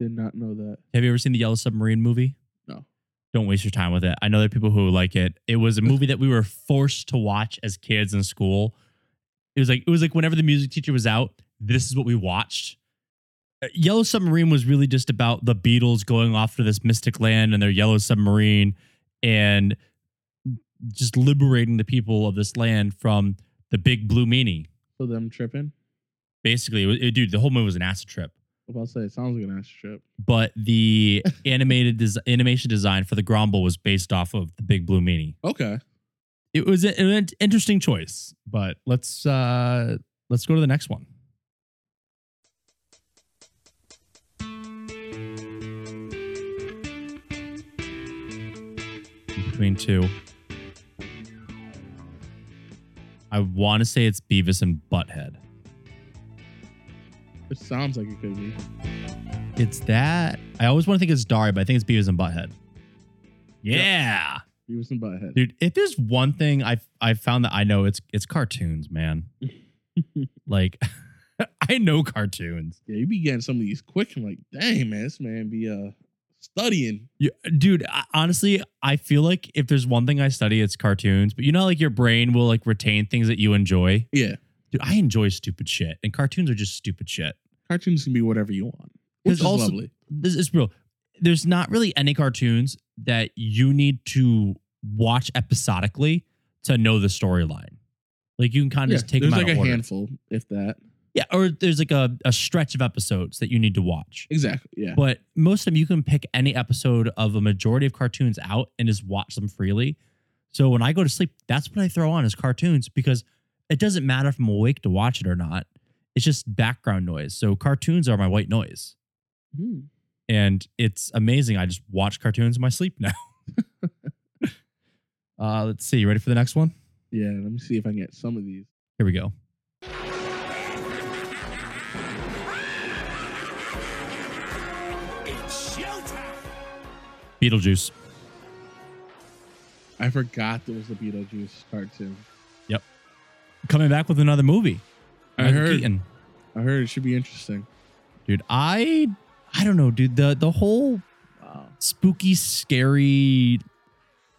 Did not know that.
Have you ever seen the Yellow Submarine movie?
No.
Don't waste your time with it. I know there are people who like it. It was a movie that we were forced to watch as kids in school. It was like it was like whenever the music teacher was out, this is what we watched. Uh, Yellow Submarine was really just about the Beatles going off to this mystic land and their yellow submarine and just liberating the people of this land from the big blue meanie.
So them tripping.
Basically, it was, it- dude, the whole movie was an acid trip
I'm about to say it sounds like an ass trip.
but the animated des- animation design for the Grumble was based off of the Big Blue Meanie.
Okay.
It was a- an interesting choice, but let's uh let's go to the next one. Between two. I want to say it's Beavis and Butthead.
It sounds like it could be.
It's that. I always want to think it's Dari, but I think it's Beavis and Butthead. Yeah.
Beavis and Butthead.
Dude, if there's one thing I've I've found that I know it's it's cartoons, man. like I know cartoons.
Yeah, you be getting some of these quick. I'm like, dang man, this man be uh studying.
Yeah, dude, I, honestly, I feel like if there's one thing I study, it's cartoons. But you know, like your brain will like retain things that you enjoy.
Yeah,
Dude, I enjoy stupid shit, and cartoons are just stupid shit.
cartoons can be whatever you want,
There's
which is
also-
lovely.
this is real. There's not really any cartoons that you need to watch episodically to know the storyline. Like you can kind of
Yeah,
just take
there's
them out
like
of
a
order.
handful, if that.
Yeah, or there's like a, a stretch of episodes that you need to watch.
Exactly. Yeah.
But most of them you can pick any episode of a majority of cartoons out and just watch them freely. So when I go to sleep, that's what I throw on is cartoons because it doesn't matter if I'm awake to watch it or not. It's just background noise. So cartoons are my white noise
Hmm.
and it's amazing. I just watch cartoons in my sleep now. Uh, let's see. You ready for the next one?
Yeah, let me see if I can get some of these.
Here we go. Beetlejuice.
I forgot there was a Beetlejuice cartoon.
Coming back with another movie.
I
Michael
heard.
Keaton.
I heard it should be interesting.
dude i i don't know dude the the whole spooky scary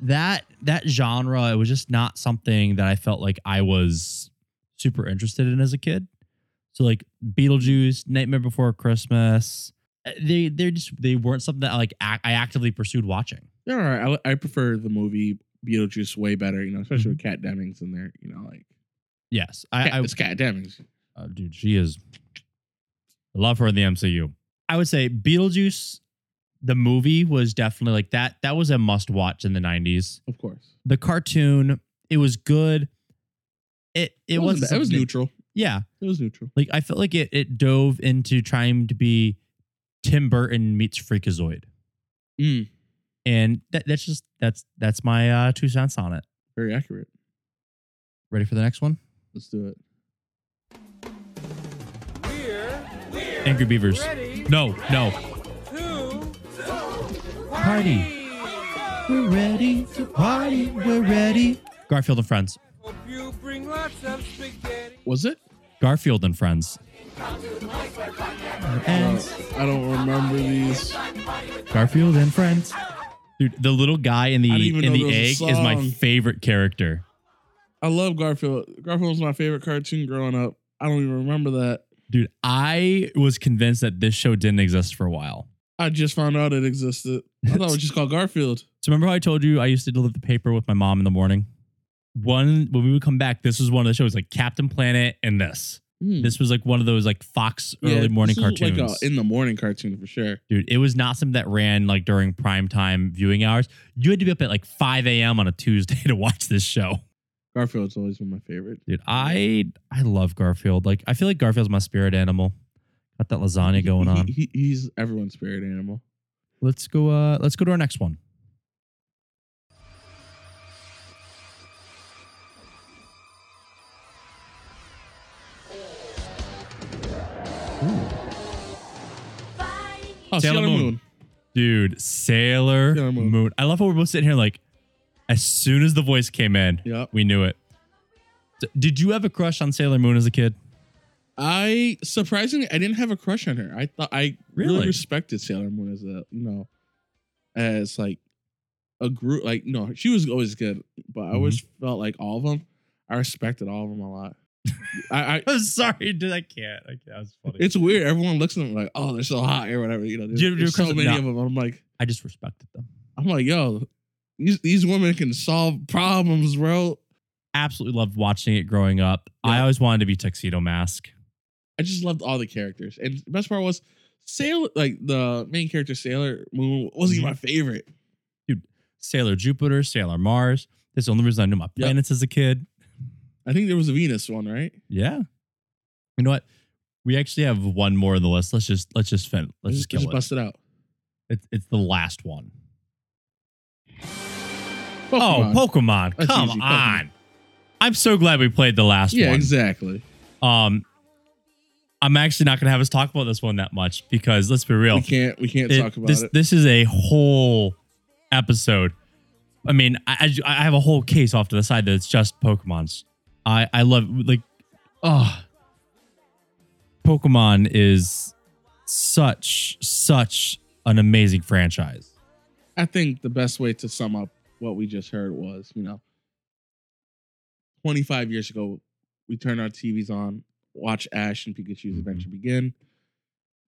that that genre it was just not something that i felt like i was super interested in as a kid so like beetlejuice nightmare before christmas uh, they they just they weren't something that like ac- i actively pursued watching
They're all right. I, I prefer the movie Beetlejuice way better. You know, especially with Cat Dennings in there. You know, like
yes i,
Kat-
I
it's Cat Dennings.
Uh, dude, she is. I love her in the MCU. I would say Beetlejuice, the movie was definitely like that. That was a must watch in the 90s.
Of course.
The cartoon, it was good. It it, wasn't.
bad. It was
something-
neutral.
Yeah,
It was neutral.
like I felt like it it dove into trying to be Tim Burton meets Freakazoid,
Mm,
and that, that's just that's that's my uh, two cents on it.
very accurate.
Ready for the next one?
Let's do it.
Angry Beavers. No, no. Party. We're ready to party. We're ready. Garfield and Friends.
Was it?
Garfield and Friends. And
I don't remember these. I
Garfield and Friends. Dude, the little guy in
I didn't
the
even
in
know
the
there
egg
was a
is my
song.
favorite character.
love Garfield. Garfield was my favorite cartoon growing up. I don't even remember that.
Dude, I was convinced that this show didn't exist for a while.
I just found out it existed. I thought it was just called Garfield.
So remember how I told you I used to deliver the paper with my mom in the morning? One when we would come back, this was one of the shows like Captain Planet and this.
Mm.
This was like one of those like Fox
Yeah,
early morning
this was
cartoons.
Like a in the morning cartoon for sure.
Dude, it was not something that ran like during prime time viewing hours. You had to be up at like 5 a.m. on a Tuesday to watch this show.
Garfield's always been my favorite.
Dude, I I love Garfield. Like I feel like Garfield's my spirit animal. Got that lasagna going
He-
on.
he- he's everyone's spirit animal.
Let's go uh let's go to our next one.
Oh,
Sailor Moon. Dude, Sailor
Sailor
Moon.
Moon.
I love how we're both sitting here like as soon as the voice came in,
Yep.
we knew it. D- Did you have a crush on Sailor Moon as a kid?
I surprisingly, I didn't have a crush on her. I thought I really,
Really?
respected Sailor Moon as a you know, as like a group. Like no, she was always good, but I always felt like all of them. I respected all of them a lot. I, I
I'm sorry, dude. I can't. I can't. That was funny.
it's weird. Everyone looks at them like, oh, they're so hot or whatever. You know, there's,
Do you ever do a
there's so
crush-
many
No.
of them. I'm like,
I just respected them.
I'm like, yo, these these women can solve problems, bro.
Absolutely loved watching it growing up. I
Yeah.
always wanted to be Tuxedo Mask.
I just loved all the characters, and the best part was Sailor, like the main character Sailor Moon, wasn't even my favorite.
Sailor Jupiter, Sailor Mars. That's the only reason I knew my
Yep.
planets as a kid.
I think there was a Venus one, right?
Yeah. You know what? We actually have one more on the list. Let's just let's just fin- let's just kill
just
it.
bust it out.
It's, it's the last one. Oh,
Pokemon.
Pokemon.
That's
Come
easy, Pokemon.
on. I'm so glad we played the last
yeah,
one.
exactly.
Um I'm actually not gonna have us talk about this one that much because let's be real.
We can't we can't
It-
talk about
this
it.
this is a whole episode. I mean, I, I I have a whole case off to the side that's just Pokemon's. I I love like, oh, Pokemon is such such an amazing franchise.
I think the best way to sum up what we just heard was, you know, 25 years ago, we turned our TVs on, watch Ash and Pikachu's
Mhm.
adventure begin.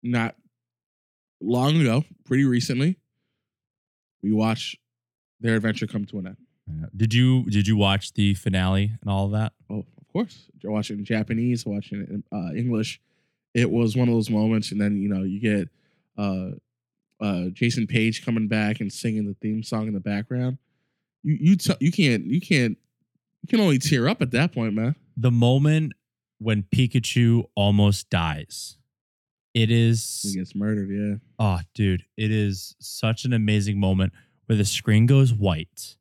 Not long ago, pretty recently, we watched their adventure come to an end.
Did you did you watch the finale and all of that?
Oh, of course. You're watching in Japanese, watching it in uh, English. It was one of those moments, and then you know you get uh, uh, Jason Page coming back and singing the theme song in the background. You you t- you can't you can't you can only tear up at that point, man.
The moment when Pikachu almost dies. It
He
is
gets murdered. Yeah,
Oh, dude, it is such an amazing moment where the screen goes white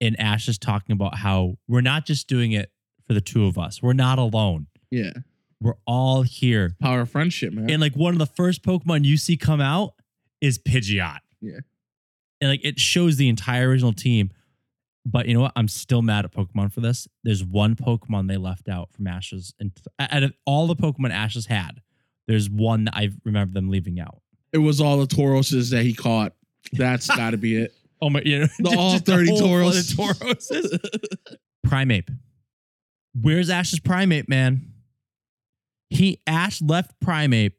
and Ash is talking about how we're not just doing it for the two of us. We're not alone.
Yeah.
We're all here.
Power of friendship, man.
And like one of the first Pokemon you see come out is Pidgeot.
Yeah.
And like it shows the entire original team. But you know what? I'm still mad at Pokemon for this. There's one Pokemon they left out from Ashes. And out of all the Pokemon Ashes had, there's one that I remember them leaving out.
it was all the Tauroses that he caught. That's got to be it.
Oh my, you know,
The all 30 Tauros.
Tauros. Primate. Where's Ash's Primate, man? He Ash left Primate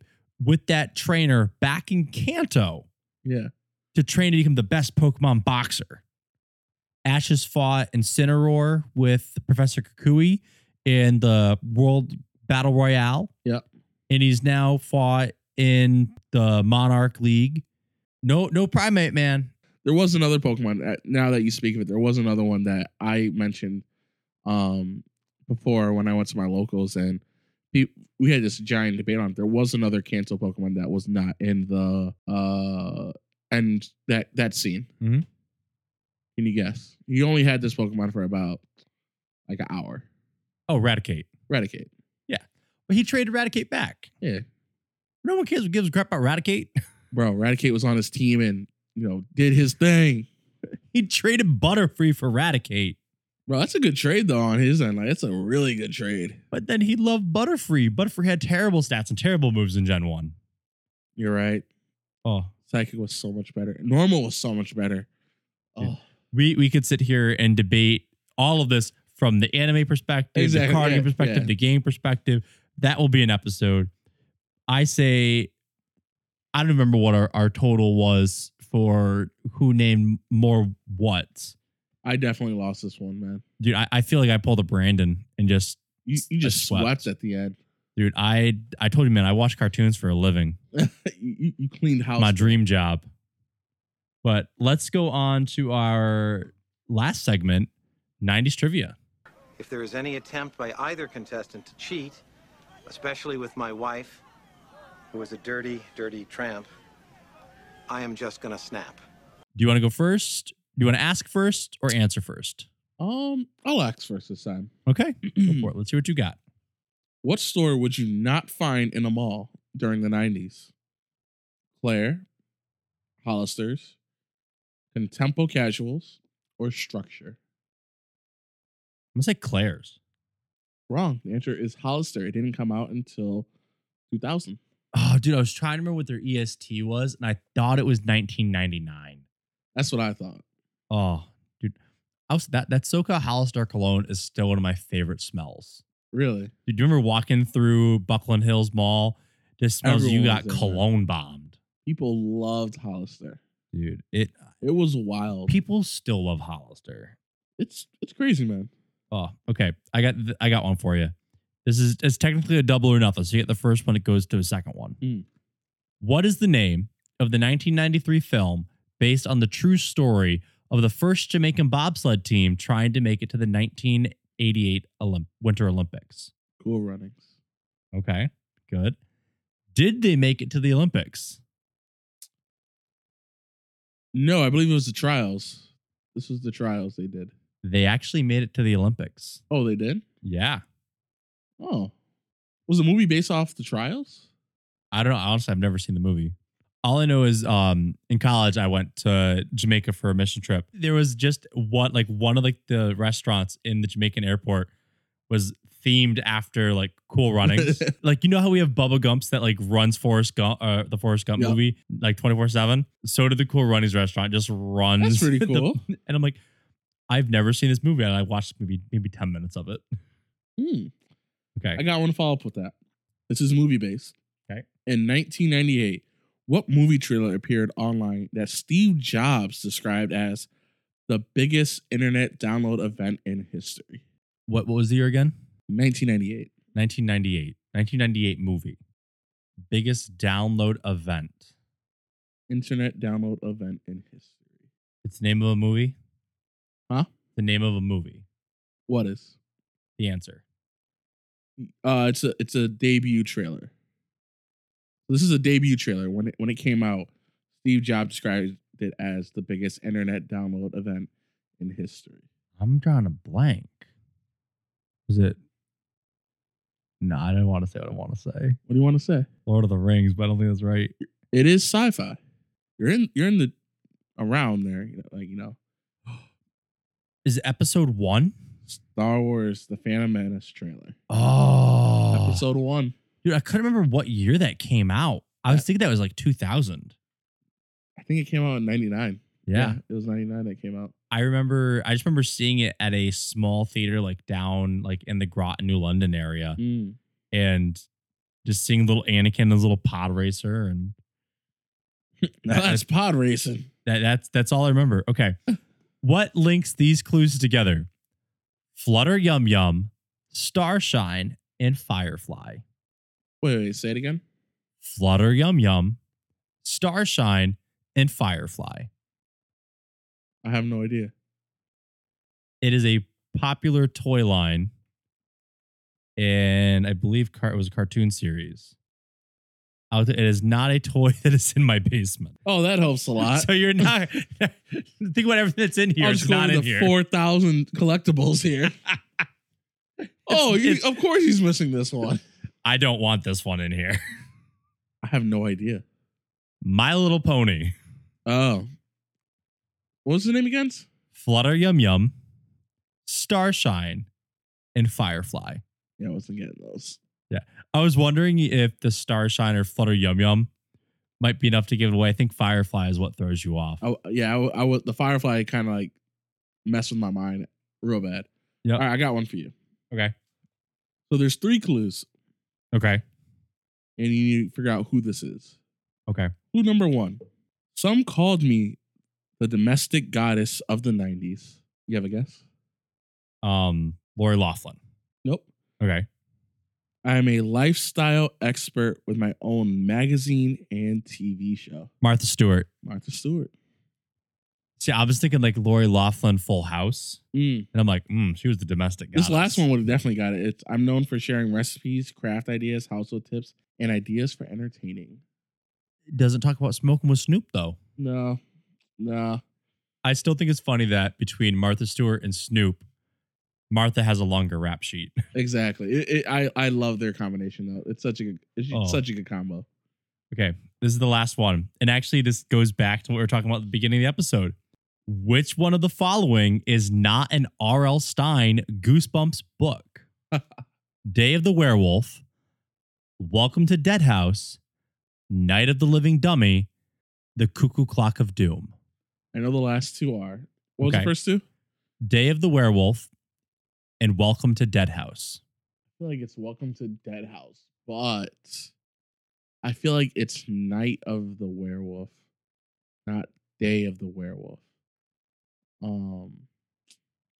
with that trainer back in Kanto
Yeah.
to train to become the best Pokemon boxer. Ash has fought Incineroar with Professor Kakui in the World Battle Royale.
Yep.
And he's now fought in the Monarch League. No, no primate, man.
There was another Pokemon. that- Now that you speak of it, there was another one that I mentioned um, before when I went to my locals, and pe- we had this giant debate on. it. There was another Kanto Pokemon that was not in the uh, and that that scene.
Mhm.
Can you guess? You only had this Pokemon for about like an hour.
Oh, Eradicate.
Eradicate.
But he traded Eradicate back.
Yeah.
No one cares gives a crap about Eradicate.
bro, Eradicate was on his team and you know did his thing.
he traded Butterfree for Eradicate.
Bro, that's a good trade though on his end. Like that's a really good trade.
But then he loved Butterfree. Butterfree had terrible stats and terrible moves in Gen 1.
You're right.
Oh.
Psychic was so much better. Normal was so much better. Oh,
Yeah. We we could sit here and debate all of this from the anime perspective,
Exactly,
the card game
yeah,
perspective,
yeah.
the game perspective. That will be an episode. I say I don't remember what our, our total was for who named more what.
I definitely lost this one, man.
Dude, I, I feel like I pulled a Brandon and just
You you
I
just
swept.
swept. at the end.
Dude, I I told you, man, I watch cartoons for a living.
you, you- you cleaned house.
My dream job. But let's go on to our last segment, 90s trivia.
If there is any attempt by either contestant to cheat, especially with my wife, who is a dirty, dirty tramp, I am just gonna snap.
Do you want to go first? Do you want to ask first or answer first?
um, I'll ask first this time.
Okay. go for it. Let's hear what you got.
What store would you not find in a mall during the 90s? Claire, Hollister's, Contempo Casuals, or Structure?
I'm gonna say Claire's.
Wrong. The answer is Hollister. It didn't come out until 2000.
Oh, dude, I was trying to remember what their EST was, and I thought it was 1999.
That's what I thought.
Oh, dude. I was that that Soka Hollister cologne is still one of my favorite smells.
Really?
Dude, do you remember walking through Buckland Hills Mall? Just smells you
Everyone
got
was in there.
cologne bombed,
People loved Hollister.
dude. It
It was wild.
people still love Hollister.
It's it's crazy, man.
Oh, okay. I got th- I got one for you. This is it's technically a double or nothing. So you get the first one, it goes to the second one.
Mm.
What is the name of the 1993 film based on the true story of the first Jamaican bobsled team trying to make it to the 1988 Olymp- Winter Olympics?
Cool runnings.
Okay, good. Did they make it to the Olympics?
No, I believe it was the trials. This was the trials they did.
They actually made it to the Olympics.
Oh, they did?
Yeah.
Oh. Was the movie based off the trials?
I don't know. Honestly, I've never seen the movie. All I know is um, in college, I went to Jamaica for a mission trip. There was just one, like one of like the restaurants in the Jamaican airport was themed after like Cool Runnings. like you know how we have Bubba Gumps that like runs Forrest Gump, uh, the Forrest Gump
Yeah.
movie, like twenty four seven. So did the Cool Runnings restaurant just runs.
That's pretty
the-
cool.
and I'm like, I've never seen this movie, and I watched maybe maybe ten minutes of it.
Hmm. I
Okay,
got one follow up with that. This is movie based.
Okay.
In 1998, what movie trailer appeared online that Steve Jobs described as the biggest internet download event in history?
what what was the year again?
1998.
1998. 1998 movie. Biggest download event.
Internet download event in history.
It's the name of a movie?
Huh?
The name of a movie.
What is?
The answer.
Uh, it's a it's a debut trailer. This is a debut trailer. When it when it came out, Steve Jobs described it as the biggest internet download event in history?
I'm drawing a blank. Was it? No, I didn't want to say what I want to say.
What do you want to say?
Lord of the Rings, but I don't think that's right.
It is sci-fi. You're in. You're in the around there. You know, like you know,
Is it episode one?
Star Wars: The Phantom Menace trailer,
Oh,
episode one.
dude, I couldn't remember what year that came out. I was thinking that was like 2000.
I think it came out in '99.
yeah.
it was '99 that came out.
I remember I just remember seeing it at a small theater like down like in the Groton, New London area
Mm.
and just seeing little Anakin and his little pod racer and
Now that's pod racing.
that that's that's all I remember. Okay. what links these clues together? Flutter Yum Yum, Starshine, and Firefly.
Wait, wait, say it again.
Flutter Yum Yum, Starshine, and Firefly.
I have no idea.
It is a popular toy line, and I believe car- it was a cartoon series. Out there- It is not a toy that is in my basement.
Oh, that helps a lot.
So you're not think about everything that's in here.
I'm
It's
just
not
going to
in
the
here.
four thousand collectibles here. oh,
It's-
you,
it's-
of course he's missing this one.
I don't want this one in here.
I have no idea.
My Little Pony,
Oh, what was the name again?
Flutter Yum Yum, Starshine, and Firefly.
Yeah, I wasn't getting those.
I was wondering if the Starshine or Flutter Yum Yum might be enough to give it away. I think Firefly is what throws you off.
I, yeah, I, I was the Firefly kind of like messed with my mind real bad.
Yep.
All right, I got one for you.
Okay.
So there's three clues,
Okay.
and you need to figure out who this is.
Okay.
Clue number one: Some called me the domestic goddess of the '90s. You have a guess?
um Lori Laughlin.
Nope.
Okay.
I'm a lifestyle expert with my own magazine and TV show.
Martha Stewart.
Martha Stewart.
See, I was thinking like Lori Laughlin Full House. And I'm like, mm, she was the domestic
This
goddess.
last one would have definitely got it. It's, I'm known for sharing recipes, craft ideas, household tips, and ideas for entertaining.
doesn't talk about smoking with Snoop though.
No, no.
I still think it's funny that between Martha Stewart and Snoop, Martha has a longer rap sheet.
Exactly. It, it, I I love their combination though. It's such a good, it's
Oh.
such a good combo.
okay. This is the last one. And actually this goes back to what we were talking about at the beginning of the episode. Which one of the following is not an R.L. Stein Goosebumps book? Day of the Werewolf, Welcome to Deadhouse, Night of the Living Dummy, The Cuckoo Clock of Doom.
I know the last two are. What was
Okay.
the first two? I
Day of the Werewolf and Welcome to Deadhouse.
feel like it's Welcome to Deadhouse, but I feel like it's Night of the Werewolf, not Day of the Werewolf. Um.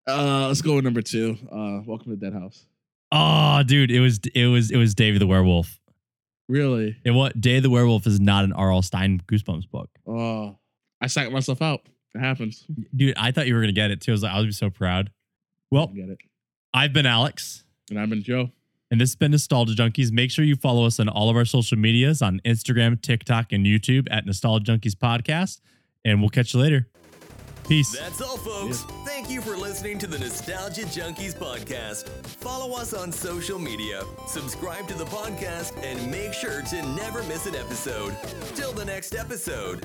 Uh, let's go with number two. Uh, Welcome to Deadhouse.
Oh, dude, it was it was it was Day of the Werewolf.
Really?
And what Day of the Werewolf is not an R.L. Stein Goosebumps book.
Oh, I psyched myself out. It happens.
Dude, I thought you were gonna get it too. I was like, I would be so proud. Well,
I get it.
I've been Alex.
And I've been Joe.
And this has been Nostalgia Junkies. Make sure you follow us on all of our social medias on Instagram, TikTok, and YouTube at Nostalgia Junkies Podcast. And we'll catch you later. Peace.
That's all, folks. Thank you for listening to the Nostalgia Junkies podcast. Follow us on social media, subscribe to the podcast, and make sure to never miss an episode. Till the next episode.